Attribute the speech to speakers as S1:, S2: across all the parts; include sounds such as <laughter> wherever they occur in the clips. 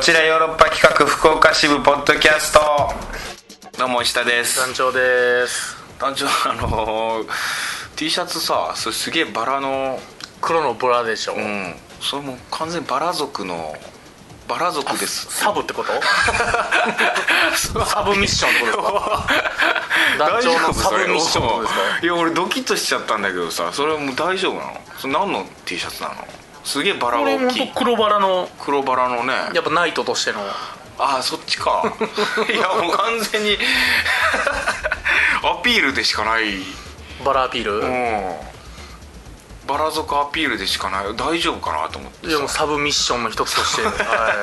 S1: ちらヨーロッパ企画福岡支部ポッドキャストどうも石田です
S2: 団長です
S1: 団長あのー、T シャツさそれすげえバラの
S2: 黒のボラでしょ、
S1: うんそれもう完全にバラ族のバラ族
S2: <laughs>
S1: です
S2: サブってことサブミッションってことですか <laughs> 団長のサブミッションってことですか
S1: いや俺ドキッとしちゃったんだけどさそれはもう大丈夫なのそれ何の T シャツなのすげえバラ
S2: こ
S1: が
S2: れ
S1: 大
S2: 本
S1: きい
S2: 当黒バラの
S1: 黒バラのね
S2: やっぱナイトとしての
S1: ああそっち
S2: <laughs>
S1: かいやもう完全に <laughs> アピールでしかない
S2: バラアピール、
S1: うんバラ族アピールでしかない大丈夫かなと思って
S2: いやもう
S1: さ
S2: サブミッションの一つとして、は
S1: <laughs>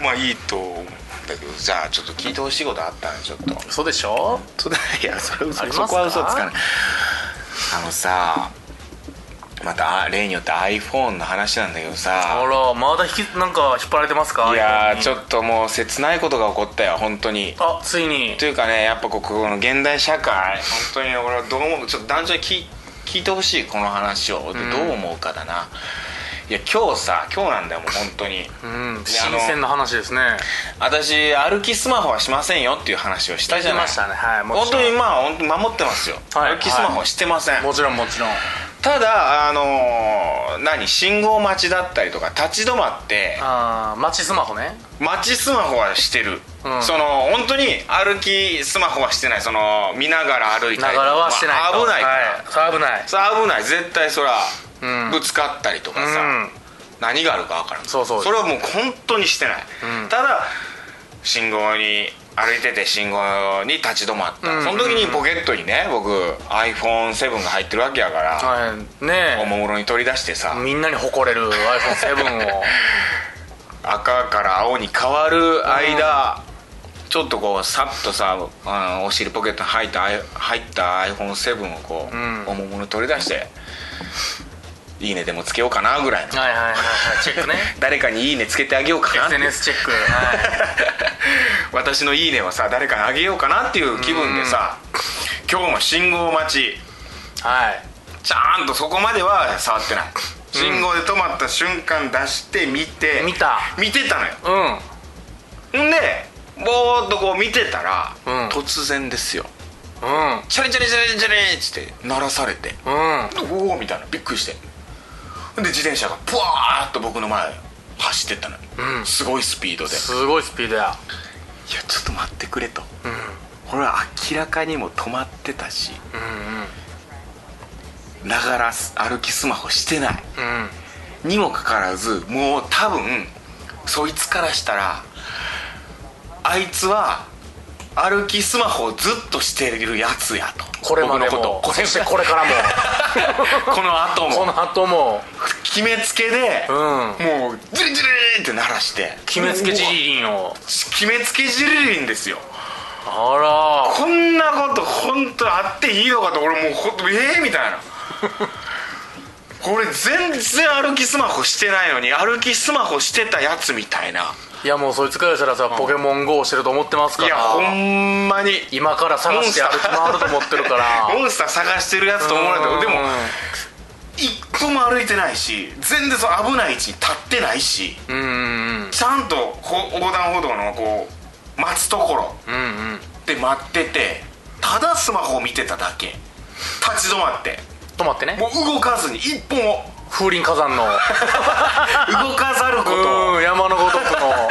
S1: まあいいと思うんだけどじゃあちょっと聞いてほしいことあったねちょっと
S2: い、そうでしょ
S1: そいやそれ嘘
S2: ありますか
S1: そこは嘘つかないあのさまた例によって iPhone の話なんだけど
S2: あ
S1: さ
S2: らまだ引きなんか引っ張られてますか
S1: いやーちょ
S2: っ
S1: っともう切ないことが起こったよ本当に
S2: とあついに
S1: というかねやっぱこうこの現代社会本当に俺はどう思うちょっと男女に聞い聞いてほしいこの話をでどう思うかだな、いや今日さ今日なんだよもう本当に
S2: うん
S1: であ
S2: 新
S1: の
S2: 鮮な話ですね
S1: 私歩きスマホはしませんよっていう話をしたじゃない
S2: ましたねはいも
S1: 本
S2: ち
S1: 当
S2: ろ
S1: に
S2: ん
S1: まあ本当に守ってますよ、
S2: はい
S1: 歩きスマホはしてません、
S2: もちろんもちろん
S1: ただあのー何信号待ちだったりとか立ち止まって
S2: ああ街スマホね
S1: 待ちスマホはしてる、
S2: うん
S1: その本当に歩きスマホはしてないその見ながら歩い
S2: な
S1: たり
S2: がらはしてない
S1: まあ危ないから、
S2: はいそれ危ない
S1: それ危ない絶対そら、
S2: うん
S1: ぶつかったりとかさ、
S2: うん
S1: 何があるか分からん
S2: そうそう
S1: れはもう本当にしてない、
S2: うん
S1: ただ信号に歩いてて信号に立ち止まった、
S2: うん
S1: その時にポケットにね僕 iPhone7 が入ってるわけやから、
S2: はい
S1: お
S2: ね
S1: もむろに取り出してさ、
S2: えみんなに誇れる iPhone7 を
S1: 赤から青に変わる間、ちょっとこうさっとさあのお尻ポケットに入ったあい入った iPhone7 をこう、
S2: うん
S1: おもむろに取り出して「いいね」でもつけようかなぐらいの
S2: はいはいはいはいチェックね
S1: 誰かに「いいね」つけてあげようかな
S2: SNS チェックはい
S1: 私の「いいね」はさ誰かにあげようかなっていう気分でさ今日も信号待ち
S2: はい
S1: ちゃんとそこまでは触ってない信号で止まった瞬間出して見て、
S2: 見た
S1: 見てたのよ
S2: うん
S1: んでぼーっとこう見てたら、
S2: うん
S1: 突然ですよ
S2: うん
S1: チャリチャリチャリチャリチャリって鳴らされて
S2: うん
S1: おおみたいなびっくりしてで自転車がブワーッと僕の前走ってったのよ、
S2: うん
S1: すごいスピードで
S2: すごいスピードや
S1: いやちょっと待ってくれと
S2: うんうん
S1: これは明らかにも止まってたし
S2: うん
S1: ながら歩きスマホしてない
S2: うん
S1: にもかかわらずもう多分そいつからしたらあいつは歩きスマホをずっとしてるやつやと
S2: これまで
S1: 僕の
S2: も
S1: ことこ
S2: そ
S1: れ
S2: してこれからも
S1: この <laughs> 後
S2: こ
S1: も
S2: の後も
S1: 決めつけで、
S2: うん
S1: もうジリジリンって鳴らして
S2: 決めつけじ
S1: もう
S2: りりんを
S1: 決めつけジリリンですよ
S2: あ
S1: こんなこと本当あっていいのかと俺もうほんとええみたいな俺全然歩きスマホしてないのに歩きスマホしてたやつみたいな
S2: らいやもうそいつからしたらさポケモン GO してると思ってま
S1: い
S2: すか
S1: やほ
S2: ら
S1: んまに
S2: 今から探して歩き回ると思ってるから
S1: モンスター探してるやつと思われたけどでも
S2: う
S1: 一歩も歩いてないし全然その危ない位置に立ってないし
S2: んうんうん
S1: ちゃんとこう横断歩道のこう待つところ
S2: うんうん
S1: で待っててただスマホを見てただけ立ち止まって
S2: 止まってね
S1: もう動かずに一歩も
S2: 風林火山の
S1: 動かざることを
S2: うん山のごとくの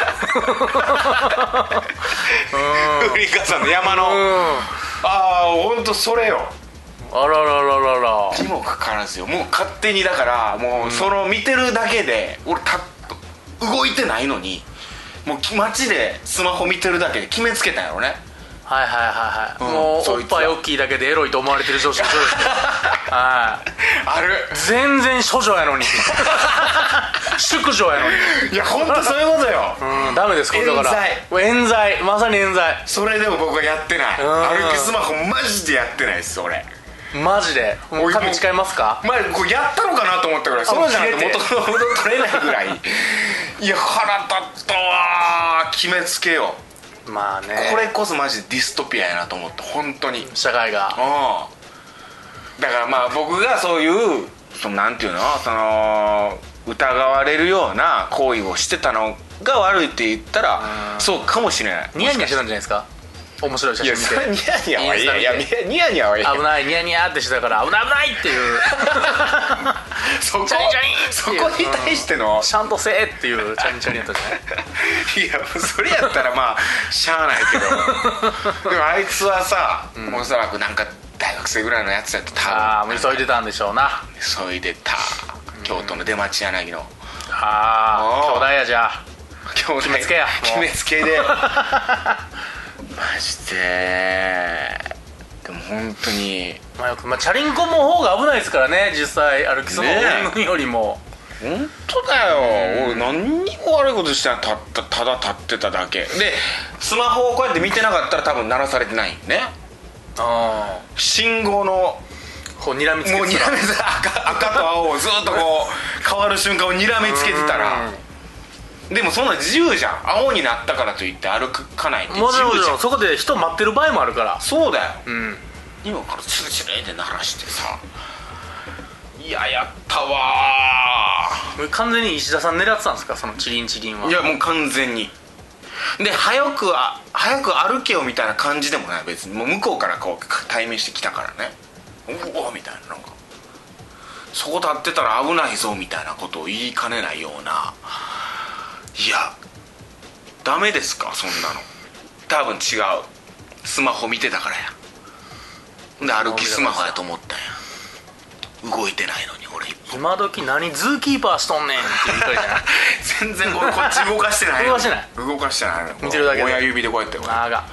S1: 振り返の山のあ
S2: うん
S1: あ本当それよ
S2: あららららら
S1: にもかかわらずよもう勝手にだからもうその見てるだけで俺た動いてないのにもう街でスマホ見てるだけで決めつけたんやろね
S2: はいはいはいは
S1: う
S2: い、
S1: ん
S2: もう
S1: そ
S2: お
S1: い
S2: っ
S1: つは
S2: ぱい大きいだけでエロいと思われてる女子そうですねはい
S1: ある
S2: 全然処女やのに淑女やのに
S1: いや本当そういうことよ
S2: うんダメですこれだから冤罪まさに冤罪
S1: それでも僕はやってない
S2: うん
S1: 歩きスマホマジでやってないです俺
S2: マジでも
S1: お
S2: う
S1: い
S2: 神誓いますか
S1: 前これやったのかなと思ったぐらいそうじゃないと
S2: もう切れて
S1: 元の元取れないぐらい <laughs> いや腹立ったわー決めつけよ
S2: まあね
S1: これこそマジでディストピアやなと思って本当にうん
S2: 社会が
S1: だからまあ僕がそういうそのなんていうのその疑われるような行為をしてたのが悪いって言ったら
S2: うん
S1: そうかもしれない
S2: ニヤニヤしてたんじゃないですか面白い写
S1: いやそれニ
S2: 真見て
S1: ヤニヤはいやいや
S2: インス
S1: ニヤニヤはいや
S2: 危ないニヤニヤってしてたから危ない危ないって <laughs> いう
S1: そこ
S2: チャリンチャリンっていう
S1: そこに対しての
S2: ちゃんとせえっていうチャリンチャリンやったじゃない
S1: いやそれやったらまあしゃあないけどでもあいつはさ、おそらくなんか大学生ぐらいのやつやった
S2: あ
S1: 多
S2: あもう急いでたんでしょうなあ
S1: 分急いでた京都の出町柳の
S2: あ
S1: おー
S2: 兄弟やじゃあ
S1: 京 <laughs> 都決
S2: めつけやもう
S1: 決めつけで <laughs> マジででも本当に
S2: まあよくまあ、チャリンコの方が危ないですからね実際歩きその
S1: ね
S2: のよりも、
S1: 本当だよ、俺何にも悪いことしてないたったただ立ってただけでスマホをこうやって見てなかったら多分鳴らされてないんね
S2: あ
S1: 信号の
S2: あこう睨みつけ
S1: もう睨め
S2: て
S1: つ
S2: た
S1: 赤 <laughs> 赤と青をずっとこう <laughs> 変わる瞬間を睨みつけてたらでもそんな自由じゃん青になったからといって歩かないって自
S2: もちろんも
S1: 由
S2: ち
S1: じゃ
S2: ろ
S1: ん
S2: んそこで人待ってる場合もあるから
S1: そうだよ
S2: うん
S1: 今からスーチレーで鳴らしてさいややったわー
S2: もう完全に石田さん狙ってたんですかそのチリンチリンはい
S1: やもう完全にで早くあ早く歩けよみたいな感じでもない別にもう向こうからこう対面してきたからねうおみたいななんかそこ立ってたら危ないぞみたいなことを言いかねないようないやダメですかそんなの多分違うスマホ見てたからやで歩きスマホやと思ったんや動いてないのに俺
S2: 今時何ズーキーパーしとんねんって言うたりじ
S1: <laughs>
S2: ゃない
S1: 全然これこっち動かしてない
S2: 動かしてない
S1: 動かしてない
S2: 見てるだけで
S1: 親指でこうやって
S2: あーが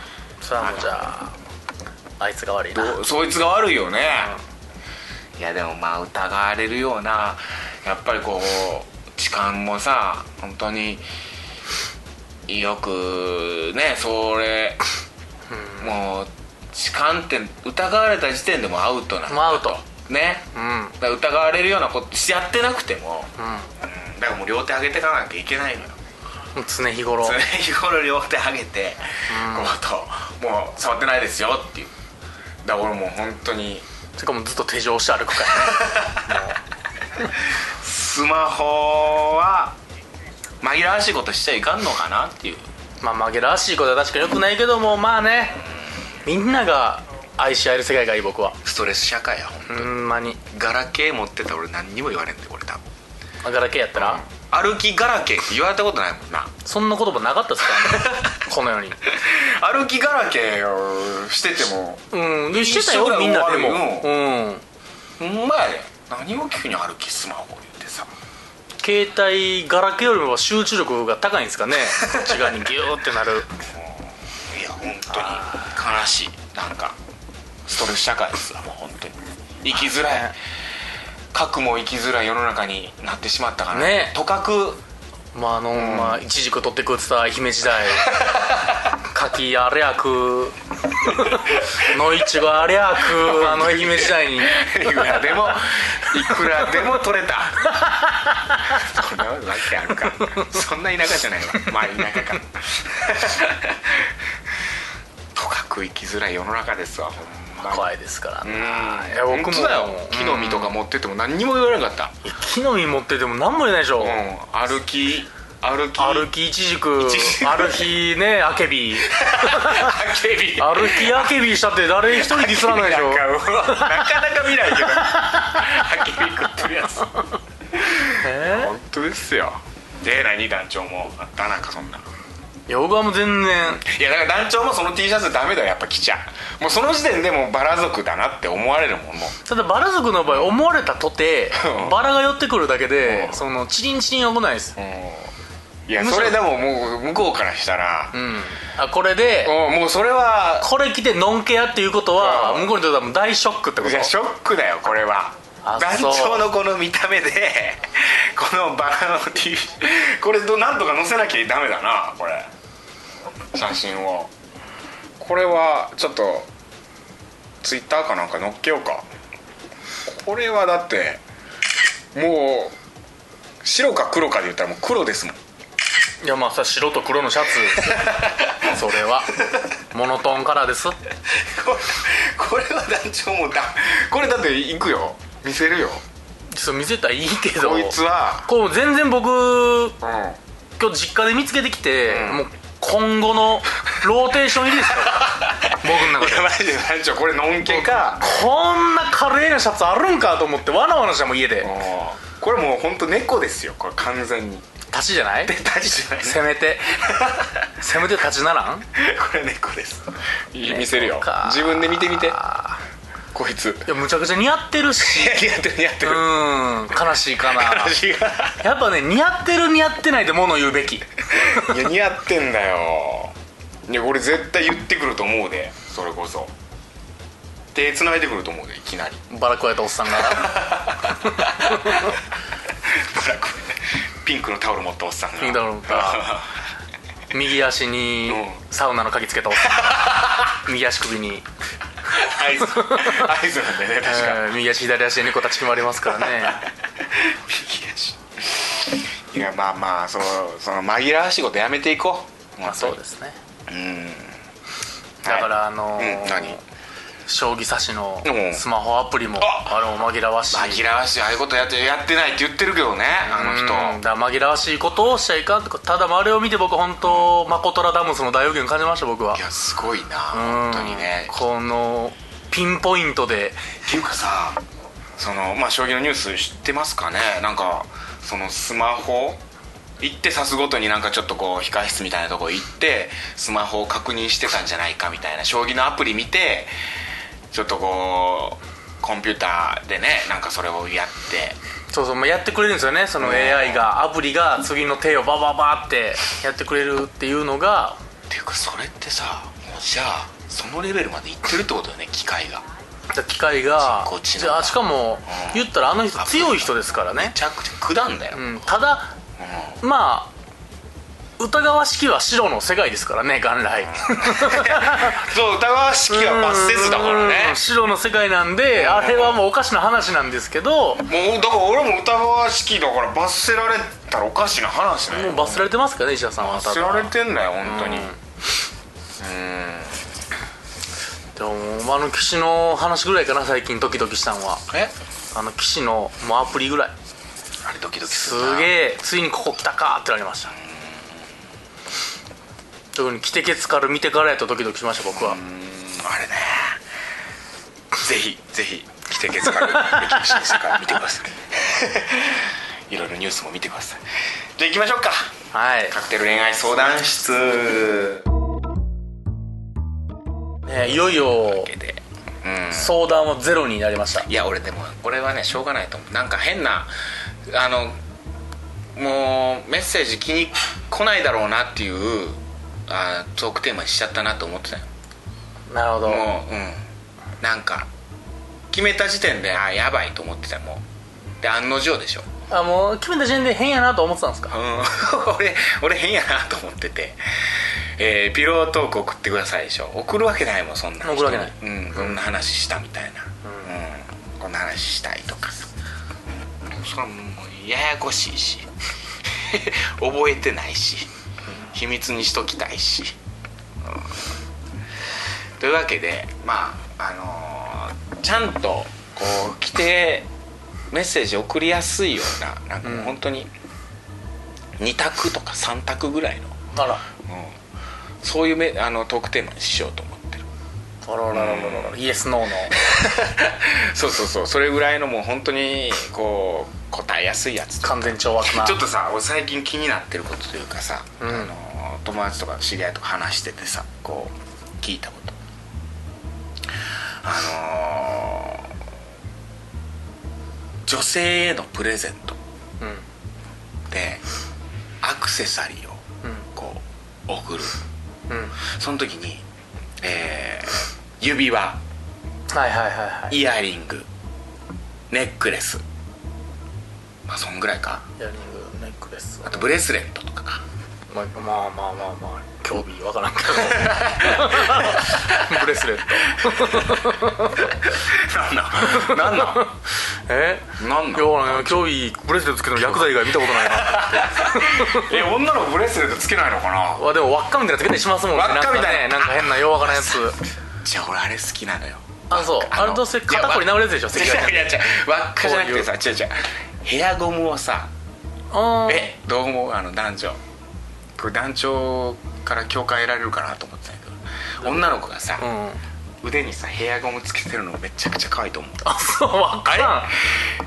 S2: それはもうじゃああいつが悪いな
S1: どうそいつが悪いよね、いやでもまあ疑われるようなやっぱりこう痴漢もさ本当によくねそれもう痴漢って疑われた時点でもうアウトなん
S2: もうアウト
S1: ね
S2: うんうん
S1: だから疑われるようなことしやってなくても、うんだからもう両手上げていかなきゃいけないのよ
S2: 常日頃
S1: それ日頃両手上げてこうともう触ってないですよっていうだから俺もう本当に
S2: てかもうずっと手錠して歩くからね
S1: スマホは紛らわしいことしちゃいかんのかなっていう
S2: まあ紛らわしいことは確かによくないけどもまあねみんなが愛し合える世界がいい僕は
S1: ストレス社会やほん
S2: ほんまに
S1: ガラケー持ってたら俺何にも言われんでこれ多分
S2: あガラケーやったら、
S1: 歩きガラケーって言われたことないもんな
S2: そんな言葉なかったですからね <laughs> この世に
S1: 歩きガラケーをしてても
S2: うんでしてたよみんなでも
S1: う
S2: うん
S1: ほんまやで何を急に歩きスマホ言ってさ
S2: 携帯ガラケーよりも集中力が高いんですか <laughs> ねこっち側にギューってなる
S1: いや本当に悲しいなんかストレス社会ですわもう本当に生きづらい核も生きづらい世の中になってしまったから
S2: ね
S1: とかく
S2: まああの、まあいちじく取って食ってた愛媛時 <laughs> 代柿あれやくのいちごあれやくあの愛媛時代 <laughs> に
S1: いくらで
S2: <laughs>
S1: もいくらでも取れたそんなわけあるかそんな田舎じゃないわまあ田舎
S2: <laughs>
S1: かとかく生きづらい世の中ですわほんまに
S2: 怖いですからね
S1: うんい
S2: いや僕も
S1: 本当だよ
S2: うん
S1: 木の実とか持ってても何にも言われなかった
S2: 木の実持ってても何も言えないでしょ、
S1: うん、歩き歩き
S2: 歩きいちじく
S1: ちじく
S2: 歩きねあけ
S1: <laughs>
S2: び
S1: あけび
S2: 歩きあけびしたって誰一人ディスらないでしょ
S1: なかなか見ないけどあけび食ってるやつ本
S2: え
S1: 当ですよで何団長もあったなんかそんな
S2: ーいや僕はもう全然
S1: いやだから団長もその T シャツダメだよやっぱ着ちゃうもうその時点でもうバラ族だなって思われるもんもう
S2: ただバラ族の場合思われたとて
S1: うん
S2: バラが寄ってくるだけで
S1: うん
S2: そのチリンチリン危ないです
S1: いや
S2: むし
S1: そ
S2: ろ
S1: れでももう向こうからしたら
S2: う、んあこれで
S1: うんもうそれは
S2: これ着てノンケアっていうことは
S1: うん
S2: 向こうにとってはもう大ショックってこ
S1: い
S2: と
S1: やショックだよこれは
S2: あ
S1: 団
S2: そう
S1: 長のこの見た目で <laughs> このバカの T これどなんとか載せなきゃダメだなこれ写真をこれはちょっとツイッターかなんか載っけようかこれはだってもう白か黒かで言ったらもう黒ですもん
S2: いやまあさ白と黒のシャ
S1: <laughs>
S2: ツそれはモノトーンカラーです
S1: これこれは団長もだこれだって行くよ見せるよ
S2: そう見せたらいいけど
S1: こいつは
S2: こう全然僕
S1: うん
S2: 今日今日実家で見つけてきて、
S1: うん
S2: もう今後のローテーション入りですよ僕の中
S1: いや
S2: で
S1: マジでマジでこれのんけか
S2: こんな華麗なシャツあるんかと思ってわなわなしたもん家で
S1: もうこれもう本当猫ですよこれ完全に
S2: 立ちじゃない
S1: で大事じゃない
S2: せめてせめて立ちならん
S1: <laughs> これ猫ですいい
S2: 猫
S1: 見せるよ
S2: か
S1: 自分で見てみてこいつ
S2: いやむちゃくちゃ似合ってる <laughs> し
S1: いや似合ってる似合って
S2: う
S1: る
S2: ーん悲しいかな
S1: 話 <laughs> が
S2: やっぱね似合ってる似合ってないで物言うべき
S1: いや似合ってんだよいや俺絶対言ってくると思うでそれこそ手繋いでくると思うでいきなり
S2: バラ食われたおっさんが
S1: ブラックピンクのタオル持ったおっさんが
S2: ピンクのタオル持 <laughs> った右足に
S1: う
S2: サウナの鍵つけたおっさ <laughs> ん右足首に、
S1: 合図合図なんだよね確か、
S2: えー右足左足で猫立ち回りますからね
S1: <laughs> 右足いやまあまあそのその紛らわしいことやめていこうま
S2: まあそうですね
S1: うん
S2: だか
S1: はい
S2: らあのー
S1: うん何
S2: 将棋指しの
S1: うん
S2: スマホアプリも
S1: あ
S2: あれも紛らわしい
S1: 紛らわしいああいうことやってやってないって言ってるけどねあの人
S2: うんだから紛らわしいことをしちゃいかんとかただあれを見て僕本当マコトラダムスの大予言感じました僕はい
S1: やすごいな
S2: う
S1: 本
S2: ん
S1: 当にね
S2: このピンポイントで
S1: っていうかさそのまあ将棋のニュース知ってますかねなんかそのスマホ行って指すごとになんかちょっとこう控室みたいなとこ行ってスマホを確認してたんじゃないかみたいな将棋のアプリ見てちょっとこうコンピューターでねなんかそれをやって
S2: そうそう、まあ、やってくれるんですよねその
S1: うん
S2: AI がアプリが次の手をバババってやってくれるっていうのが
S1: っていうかそれってさもうじゃあそのレベルまで行ってるってことよね機械が
S2: だから機械が
S1: 人工知能
S2: じゃあしかも
S1: うん
S2: 言ったらあの人強い人ですからね
S1: め、ちゃくちゃ九段だよ、
S2: うん、ただ
S1: うん
S2: まあ疑わしきは白の世界ですからね元来
S1: そう疑わしきは罰せずだからね
S2: うん白の世界なんであれはもうおかしな話なんですけ
S1: も
S2: ど
S1: うだから俺も疑わしきだから罰せられたらおかしな話ね
S2: もう罰せられてますからね石田さんは
S1: 罰せ
S2: 多
S1: ら
S2: 分
S1: れてんだよ本当に
S2: う
S1: うんん
S2: でももうあの騎士の話ぐらいかな最近ドキドキしたんは
S1: え
S2: あの騎士のもうアプリぐらい
S1: あれドキドキする
S2: す
S1: え
S2: げえついにここ来たかってなりました特に着てけつから見てからやとドキドキしました僕は
S1: あれねぜひぜひ来て月から歴史の世界見てください <laughs> いろいろニュースも見てくださいじゃあ行きましょうか
S2: はい、
S1: カクテル恋愛相談室
S2: ね、いよいよ
S1: でうん
S2: 相談はゼロになりました
S1: いや俺でも俺はねしょうがないと思うなんか変なあのもうメッセージ気に来ないだろうなっていうあトークテーマにしちゃったなと思ってたよ
S2: なるほど
S1: もううんなんか決めた時点であやばいと思ってたよもうで案の定でしょ、
S2: あもう決めた時点で変やなと思ってたんです
S1: う
S2: か
S1: ん、 <laughs> 俺俺変やなと思ってて、えーピロートーク送ってくださいでしょ送るわけないもんそんな
S2: 送るわけない
S1: 人にうん、こんな話したみたいな、うんこんな話したいとかそれはもうややこしいし <laughs> 覚えてないし秘密にしときたいし、うんというわけでまああのーちゃんとこう来てメッセージ送りやすいようななんかもう本当に2択とか3択ぐらいの、
S2: あら
S1: うんそういうめあのトークテーマにしようと思ってる
S2: あららららららイエスノーの
S1: そうそうそうそれぐらいのもう本当にこう答えやすいやつと
S2: 完全懲悪な
S1: ちょっとさ俺最近気になってることというかさ、
S2: うん
S1: あの友達とか知り合いとか話しててさこう聞いたことあのー女性へのプレゼント
S2: うんうん
S1: でアクセサリーをこう送る
S2: うん
S1: その時に、えー指輪
S2: はいはいはいはい
S1: イヤリングネックレスまあそんぐらいか
S2: イヤリングネックレス
S1: あとブレスレットとかか
S2: まあまあまあまあまあ興味わからんけど <laughs> ブレスレット
S1: なんなんなんなん
S2: え
S1: なん
S2: い
S1: な
S2: や
S1: ん
S2: 俺今日いいブレスレットつけてる薬剤以外見たこと <laughs> ないな
S1: え女の子ブレスレットつけないのかな
S2: わでも輪っかみたいなのつけたりしますもんね
S1: 輪っかみたいな
S2: なんかねなんか変なようわからんやつ
S1: じゃあ俺あれ好きなのよ
S2: あそう
S1: あの
S2: あれどうせ肩こり治るやつでしょ
S1: 違う
S2: 赤外
S1: 違う違う
S2: 線
S1: 輪っかじゃなくてさ違う違うヘアゴムをさ
S2: あー
S1: えどう思うあの男女これ団長から共感得られるかなと思ってたんやけど女の子がさ、
S2: うん
S1: 腕にさヘアゴムつけてるのめちゃくちゃ可愛いと思った
S2: あそうわからん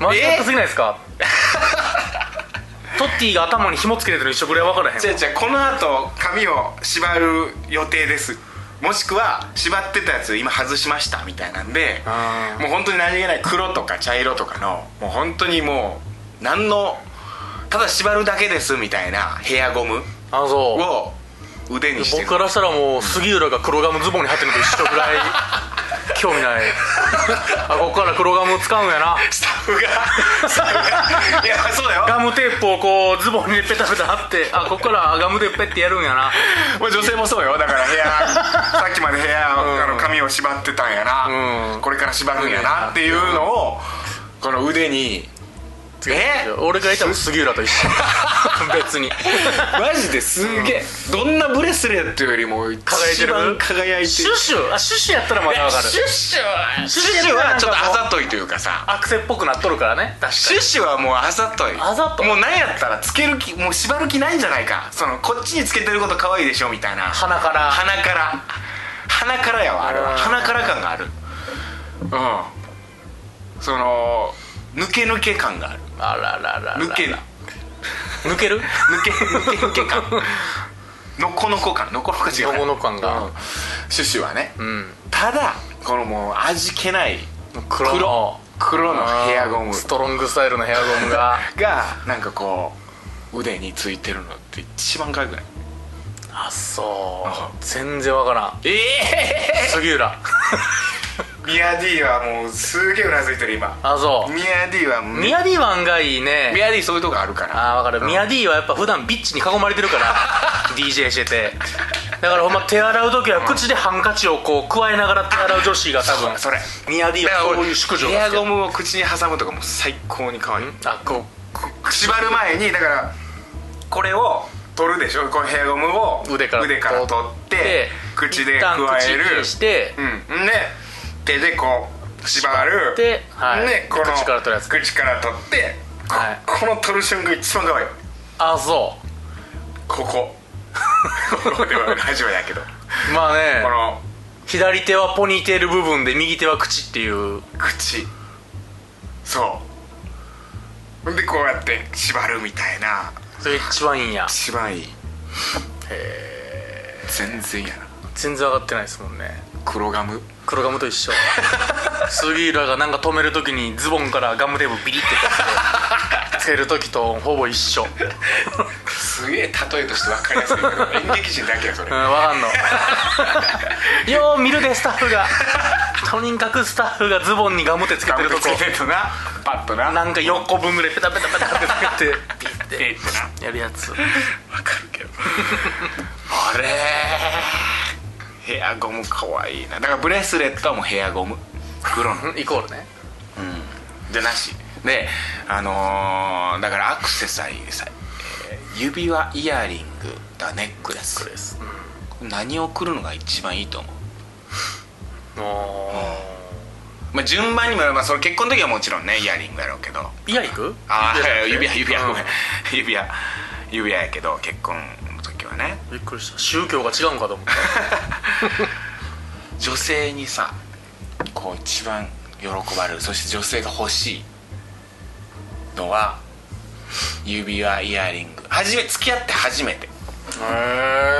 S2: 間違ったすぎないですか <laughs> トッティが頭に紐つけてるの一緒ぐらいわからへんわ
S1: じゃあじゃあこの後髪を縛る予定ですもしくは縛ってたやつ今外しましたみたいなんで
S2: あー
S1: もう本当に何気ない黒とか茶色とかのもう本当にもう何のただ縛るだけですみたいなヘアゴム
S2: あそ
S1: を
S2: う
S1: 腕にしてる
S2: 僕からしたらもう杉浦が黒ガムズボンに入ってるのと一緒ぐらい <laughs> 興味ないあここから黒ガム使うんやな
S1: スタッフがスタッフがいやそうだよ
S2: ガムテープをこうズボンにペタペタ貼ってあここからガムテープペってやるんやな
S1: <laughs> まあ女性もそうよだから <laughs> 部屋さっきまで部屋、
S2: うん
S1: あの髪を縛ってたんやな、
S2: うん
S1: これから縛るんやなっていうのをこの腕にえ
S2: 俺がいたら杉浦と一緒 <laughs> 別に
S1: マジですげえ、どんなブレスレットよりも一
S2: 輝いてる
S1: 番輝いてる
S2: シュッシュあシュッシュやったらまだわかる
S1: シュッシュは
S2: シ
S1: シ
S2: ュ
S1: ュ
S2: ッシュ
S1: ッシュはちょっとあざといというかさ
S2: アクセっぽくなっとるからね確
S1: シュッシュはもうあざとい
S2: あざとい
S1: もうなんやったらつける気もう縛る気ないんじゃないかそのこっちにつけてること可愛いでしょみたいな
S2: 鼻から
S1: 鼻から鼻からやわあれ
S2: う
S1: は
S2: ん
S1: 鼻から感があるうんその抜け抜け感がある
S2: あらららら
S1: 抜け抜
S2: 抜ける
S1: け抜け抜け感のこのこ感のこのこ違う
S2: のこのこ感が
S1: うんシュッシュはね、
S2: うん
S1: ただこのもう味気ない
S2: 黒の
S1: 黒のヘアゴ
S2: あー
S1: ム
S2: ストロングスタイルのヘアゴムが
S1: がなんかこう <laughs> 腕についてるのって一番かわくない
S2: あそう
S1: あ
S2: 全然わからん
S1: ええ
S2: 杉
S1: <laughs>
S2: 浦
S1: ミヤ D はもうすげえうなずいてる今
S2: あそう
S1: ミヤ D は
S2: ミヤディワンがいいね
S1: ミヤ D そういうとこあるから
S2: ああ分かる、ミヤディはやっぱ普段ビッチに囲まれてるから
S1: <laughs>
S2: DJ しててだからほんま手洗う時は口でハンカチをこう加えながら手洗う女子が多分
S1: それ
S2: ミヤディ
S1: だから
S2: は
S1: 俺
S2: そういう宿女
S1: ヘア
S2: が好きや
S1: ゴムを口に挟むとかもう最高に可愛い
S2: あこ
S1: く縛る前にだからこれを取るでしょこのヘアゴムを
S2: う腕から
S1: 取
S2: こう
S1: って口で
S2: 一旦
S1: 加える
S2: 口にして
S1: うんで手でこう縛る
S2: ではい
S1: でこの
S2: 口から取るやつ
S1: 口から取ってこ,、
S2: はい
S1: この取る瞬間が一番可愛い
S2: あそ
S1: こ
S2: <laughs>
S1: こここではラジオやけど
S2: うまあね
S1: この
S2: 左手はポニーテール部分で右手は口っていう
S1: 口そうほんでこうやって縛るみたいな
S2: それ一番いいんや
S1: 一番いいへえ全然やな
S2: 全然分かってないですもんね
S1: 黒ガム
S2: 黒ガムと一
S1: <laughs>
S2: 緒杉浦がなんか止めるときにズボンからガムテープビリって取ってつけるときとほぼ一緒うん分
S1: すげえ例えとして分かりやすいけ <laughs> ど演劇人だけやそれ
S2: かんの <laughs> よう見るでスタッフがとにかくスタッフがズボンにガムテつけ
S1: ガ
S2: て
S1: ム
S2: ると
S1: と
S2: こ
S1: つけてるとなパッとな
S2: なんか4個分ぐらいペタペタペタってつけてビ
S1: え
S2: リ
S1: え
S2: っ
S1: ってな
S2: てやるやつ
S1: 分かるけどあれヘアゴムかわいいなだからブレスレットはもうヘアゴム黒の
S2: うんイコールね
S1: じゃなしであのーだからアクセサリーさ、えー指輪イヤリングだネックレス
S2: これです
S1: 何を送るのが一番いいと思う、
S2: も
S1: まあ、順番にも、まあ、それ結婚の時はもちろんねイヤリングやろうけど
S2: うイヤリング
S1: あ
S2: じゃなく
S1: あ
S2: て
S1: 指輪 <laughs> 指輪
S2: う
S1: ごめん指輪指輪やけど結婚の時はね
S2: びっくりした宗教が違うんかと思った
S1: 女性にさこう一番喜ばれるそして女性が欲しいのは指輪イヤリング初め付き合って初めて
S2: へ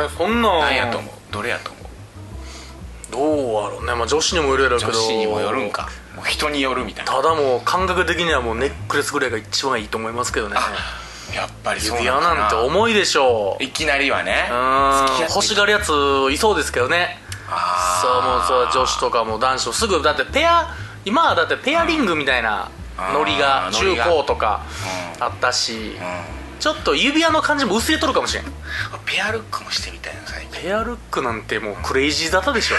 S2: えそんなん
S1: 何やと思うどれやと思う
S2: どうやろうね、まあ、女子にもよるやろうけど
S1: 女子にもよるんかもう人によるみたいな
S2: ただもう感覚的にはもうネックレスぐらいが一番いいと思いますけどね
S1: やっぱりそう
S2: 指
S1: な
S2: 輪
S1: のか
S2: なんて重いでしょう
S1: いきなりはね
S2: うーん
S1: 付き合って
S2: 欲しがるやついそうですけどね
S1: あ
S2: そうもうそう女子とかも男子もすぐだってペア今はだってペアリングみたいなノリが
S1: あーノ
S2: 中
S1: リが
S2: 高とか
S1: うん
S2: あったし
S1: う
S2: ちょっと指輪の感じも薄れとるかもしれん
S1: んペアルックもしてみたいな最近
S2: ペアルックなんてもうクレイジー沙汰でしょ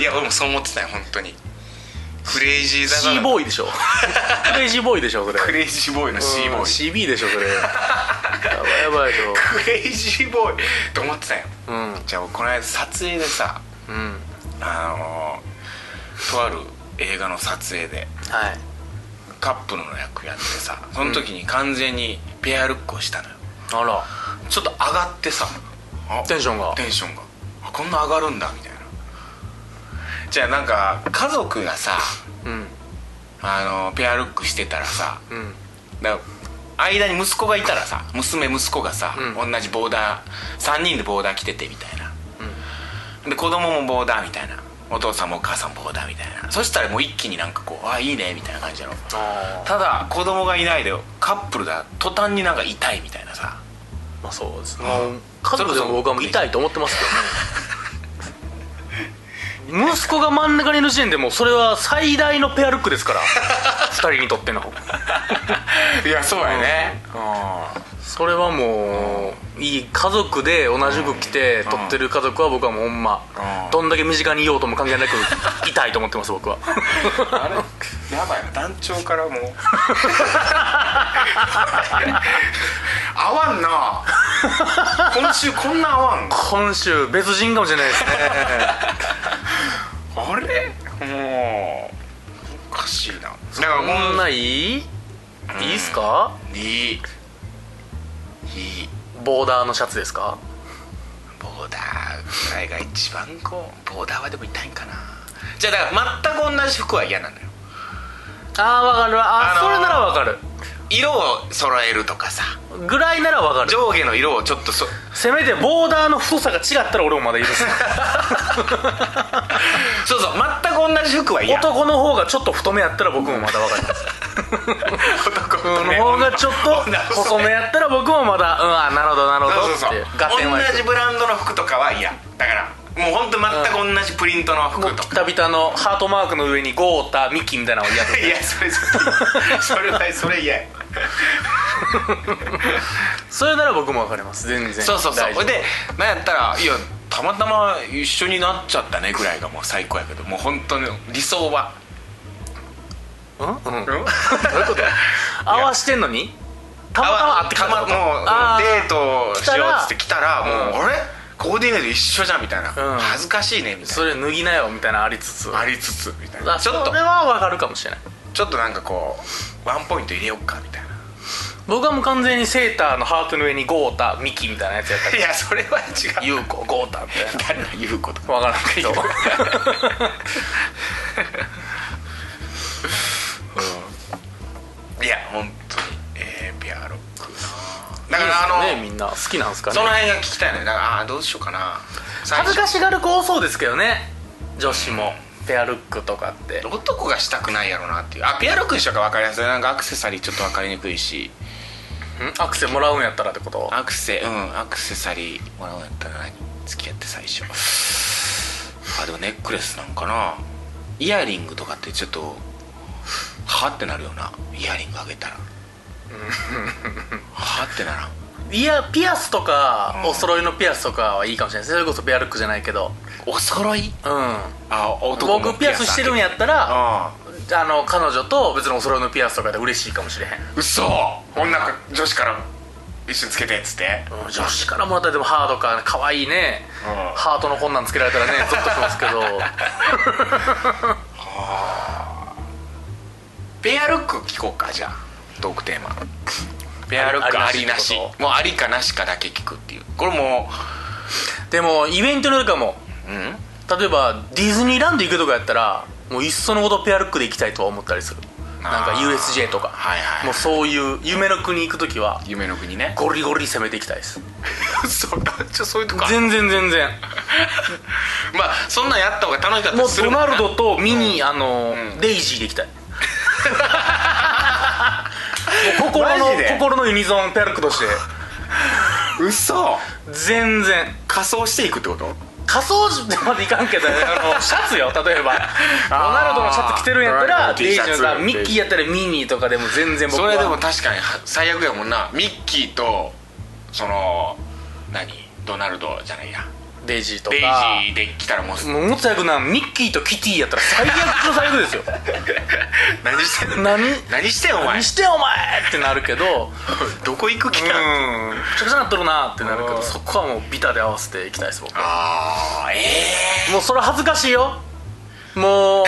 S1: いや俺もそう思ってたよ本当にクレイジーだ
S2: C ボーイでしょクレイジーボーイでしょそれ
S1: クレイジーボーイの C ボーイ
S2: CB でしょそれやばいやばいでしょ
S1: クレイジーボーイと思ってたよ
S2: うん
S1: じゃあこの間撮影でさ
S2: うん
S1: あのとある映画の撮影で
S2: はい
S1: カップルの役やってさその時に完全にペアルックをしたのよ
S2: あら
S1: ちょっと上がってさあ
S2: テンションが
S1: テンションがあこんな上がるんだみたいなじゃあなんか家族がさ
S2: うん
S1: あのペアルックしてたらさ
S2: うん
S1: だから間に息子がいたらさ娘息子がさ、
S2: う
S1: 同じボーダー3人でボーダー着ててみたいな、で子供もボーダーみたいなお父さんもお母さんもボーダーみたいなそしたらもう一気になんかこうあいいねみたいな感じだろ
S2: ああ
S1: ただ子供がいないでカップルだ途端になんか痛いみたいなさ
S2: まあそうですね
S1: うん
S2: 家族でも僕はもう痛いと思ってますけどね息子が真ん中にいる時点でもうそれは最大のペアルック <laughs> ですから二人にとっての
S1: いやそうやね
S2: それはもういい家族で同じ服着て撮ってる家族は僕はもうほんま
S1: うん
S2: どんだけ身近にいようとも関係なく <laughs> 痛いと思ってます僕は
S1: あれやばいな団長からもう <laughs> 合わんな今週こんな合わん
S2: 今週別人かもしれないですね
S1: あれもうおかしいなだから
S2: こんないいいいいっすか
S1: いいい
S2: ボーダーのシャツですか
S1: ボーダーぐらいが一番こうボーダーはでも痛いんかなじゃあだから全く同じ服は嫌なのよ
S2: ああわかるあ
S1: あ
S2: あ
S1: の
S2: そ
S1: ー
S2: れならわかる
S1: 色を揃えるとかさ
S2: ぐらいならわかる
S1: 上下の色をちょっとそ <laughs>
S2: せめてボーダーの太さが違ったら俺もまだ許す
S1: そうそう全く同じ服は嫌
S2: 男の方がちょっと太めやったら僕もまだわかり
S1: <laughs>
S2: ます
S1: 男
S2: の方がちょっ
S1: <laughs>
S2: と細めやったら僕もまだうんあなるほどなるほ
S1: そう
S2: ど
S1: そうそう
S2: って合点は
S1: 同じブランドの服とかは嫌だからもう本当全く同じプリントの
S2: も
S1: 服
S2: う
S1: と
S2: ピ
S1: か
S2: タピタのハートマークの上にゴータミッキーみたいなのをやって
S1: <laughs> いやそれそれそれはそれ嫌や
S2: それなら僕も分かります全然
S1: そうそうそう
S2: 大
S1: ほ
S2: 丈夫
S1: いでなんやったらいやたまたま一緒になっちゃったねぐらいがもう最高やけどもう本当に理想は
S2: うん、うん、ど
S1: <laughs>
S2: ういうこと合わしてんのにたまたま会って
S1: た
S2: か
S1: まもう
S2: あー
S1: デートをしようっつって来たら
S2: う
S1: もうあれコーディネート一緒じゃんみたいな
S2: うん
S1: 恥ずかしいねみたい
S2: それ脱ぎなよみたいなのありつつ
S1: なありつつみたいな
S2: あ
S1: ちょっと
S2: それは分かるかもしれない
S1: ちょっとなんかこうワンポイント入れよっかみたいな
S2: 僕はもう完全にセーターのハートの上にゴータミキーみたいなやつやった
S1: いやそれは違う
S2: ユウコゴータみたい
S1: 誰
S2: な
S1: が言うこと
S2: <laughs>
S1: か
S2: 分からんけど
S1: いや本当にえーピアロックなだから
S2: いいですよ
S1: あの
S2: ねみんな好きなんですかね
S1: その辺が聞きたいのよだからああーどうしようかな
S2: 恥ず
S1: 最
S2: かしがる子多そうですけどね女子もペアルックとかって
S1: 初男がしたくないやろなっていうあピアロックにしようか分かりやすいなんかアクセサリーちょっと分かりにくいし
S2: アクセもらうんやったらってこと
S1: アクセうんアクセサリーもらうんやったら何付き合って最初あでもネックレスなんかなイヤリングとかってちょっとはってなるよなイヤリングあげたらはってならん
S2: いやピアスとか、お揃いのピアスとかはいいかもしれないそれこそペアルックじゃないけど
S1: お揃い
S2: うん
S1: あ男も
S2: 僕ピアスしてるんやったら
S1: あ
S2: あの彼女と別のお揃いのピアスとかで嬉しいかもしれへん
S1: うそ女か女子から一緒につけてっつって
S2: 女子からもらったらでもハートか可愛いね、
S1: うん
S2: ハートのこんなんつけられた
S1: <laughs>
S2: らねゾッとしますけど
S1: ペアルック聞こうかじゃあトークテー <laughs> マペアルックあ
S2: あ
S1: り
S2: り
S1: な
S2: な
S1: し
S2: し
S1: もうありかなしかだけ聞くっていうこれも
S2: でもイベントの時かも
S1: ううん
S2: 例えばディズニーランド行くとかやったらもういっそのことペアルックで行きたいとは思ったりするなん
S1: あ
S2: か
S1: ー
S2: USJ とか、
S1: はいはい
S2: もうそういう夢の国行く時は
S1: 夢の国ね
S2: ゴリゴリ攻めていきたいです
S1: そうちょそういうとこあ
S2: 全然全然
S1: まあそんなんやった方が楽しかった
S2: も
S1: り
S2: う
S1: す
S2: ド
S1: るもん
S2: ナ
S1: な
S2: ルドとミニ、あの、
S1: うん
S2: デイジーでいきた
S1: <laughs>
S2: いもう心の
S1: マジで
S2: 心のユニゾンペアルックとして
S1: 嘘
S2: 全然
S1: 仮装していくってこと
S2: 仮装までいかんけ <laughs> ど、あのシャツよ例えば
S1: あ
S2: ド
S1: ー
S2: ナルドのシャツ着てるんやった
S1: ドナ
S2: ら
S1: ルドの
S2: デイ
S1: T
S2: ジ
S1: シャ
S2: ー
S1: ツ
S2: のさミッキーやったらミニーとかでも全然僕
S1: そ
S2: は
S1: れでも確かに最悪やもんなミッキーとその何ドナルドじゃないや
S2: デイジーと
S1: デイジ
S2: か
S1: ーで来たらもう
S2: もうもっと最悪なミッキーとキティやったら最悪の最悪 <laughs> ですよ
S1: 何してんの
S2: 何
S1: 何してんお前
S2: 何してんお前ってなるけど
S1: <laughs> どこ行く気
S2: うん
S1: か、
S2: ちゃくちゃなっとるなってなるけ
S1: う
S2: ど
S1: ん
S2: そこはもうビタで合わせていきたいです僕
S1: ああええ
S2: <laughs> もうそれ恥ずかしいよもう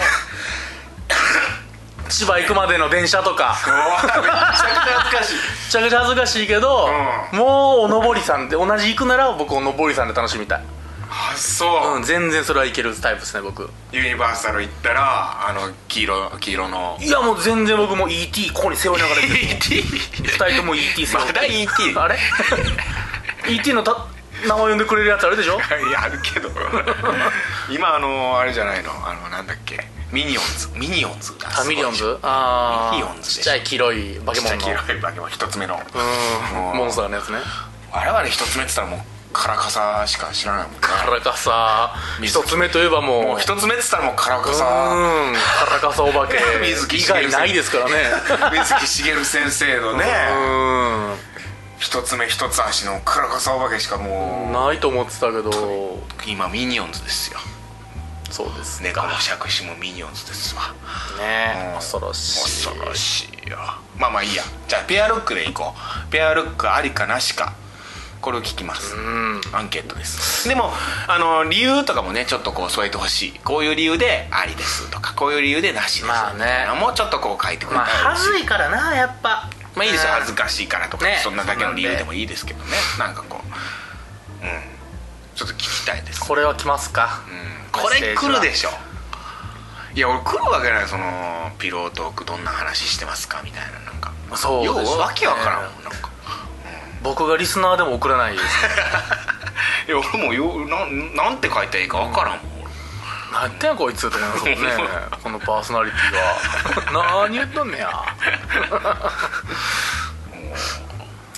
S2: 千葉行くまでの電車とか
S1: うわめちゃくちゃ恥ずかしい
S2: めちゃくちゃ恥ずかしいけど、もうおのぼりさんで同じ行くなら僕おのぼりさんで楽しみたい、
S1: あそう、
S2: うん、全然それはいけるタイプですね僕
S1: ユニバーサル行ったらあの黄色黄色 <laughs> の
S2: いやもう全然僕も ET ここに背負いながら行 <laughs> く
S1: ET
S2: 2人とも ET 背負って
S1: まだ ET
S2: あれ ET のた名前呼んでくれるやつあるでしょ
S1: いやあるけど <laughs> 今あのあれじゃないのあのなんだっけミニオンズミニオンズが
S2: あミリオンズああ
S1: ミリオンズで
S2: ちっちゃい黄色い化け
S1: ちっち
S2: 物
S1: ゃい
S2: の
S1: 黄色い化け物一つ目の
S2: う
S1: も
S2: ん
S1: う
S2: モンスターのやつね
S1: 我々一つ目って言ったらもうカラカサしか知らないもんね
S2: カラカサ一つ目といえばもう
S1: もう一つ目って言ったらもうカラカ
S2: う
S1: サ
S2: <laughs> んカラカサお化 <laughs> け
S1: <laughs> 水木
S2: 以
S1: しげる
S2: 外ないですからね
S1: <laughs> 水木しげる先生のね一つ目一つ足のカラカサお化けしか
S2: う
S1: も
S2: んないと思ってたけど
S1: う今ミニオンズですよ
S2: そうですね
S1: 猫も杓子もミニオンズですわ
S2: ね
S1: うん
S2: 恐ろしい
S1: 恐ろしいよまあまあいいやじゃあペアルックでいこうペアルックありかなしかこれを聞きます
S2: うん
S1: アンケートですでもあの理由とかもねちょっとこう添えてほしいこういう理由でありですとかこういう理由でなしです
S2: まあね
S1: みたいなのもうちょっとこう書いてくれ
S2: ま
S1: た
S2: あ
S1: ら
S2: 恥ずいからなやっぱ
S1: まあいいですよ
S2: うん
S1: 恥ずかしいからとか、
S2: ね
S1: そんなだけの理由でもいいですけどねなんかこううんちょっと聞きたいです
S2: これは来ますか
S1: うんこれ来るでしょいや俺来るわけないそのピロートークどんな話してますかみたいななんか
S2: そうで
S1: よ
S2: すね
S1: うわけわからんもんなんか
S2: 僕がリスナーでも送らないです
S1: いや俺もようなんなんて書いたらいいかわからんもん、俺
S2: 何やってんやこいつと思いますもんね
S1: <laughs>
S2: このパーソナリティが何言っとんねやは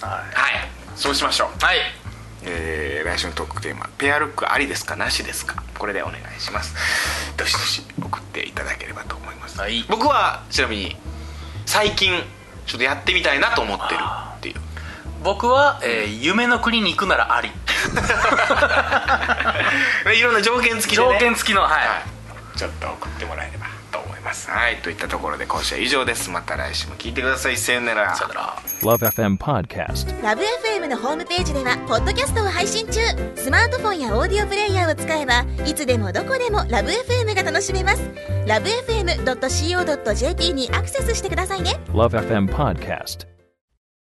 S1: はいそうしましょう
S2: い、はい、
S1: えー来週のトークテーマ「ペアルックありですかなしですか?」これでお願いしますどしどし送っていただければと思います、
S2: はい
S1: 僕はちなみに最近ちょっとやってみたいなと思ってるっていう
S2: 僕は、えー夢の国に行くならあ
S1: <laughs>
S2: り
S1: でいろんな条件付きで、ね、
S2: 条件付きのはい、
S1: ちょっと送ってもらえればと思いますはいといったところで今週は以上ですまた来週も聞いてくださいさようなら
S2: さよなら
S3: Love FM Podcast.
S4: ラブ f m のホームページではポッドキャストを配信中スマートフォンやオーディオプレイヤーを使えばいつでもどこでもラブ f m が楽しめますラブ FM.co.jp にアクセスしてくださいね
S3: Love FM Podcast.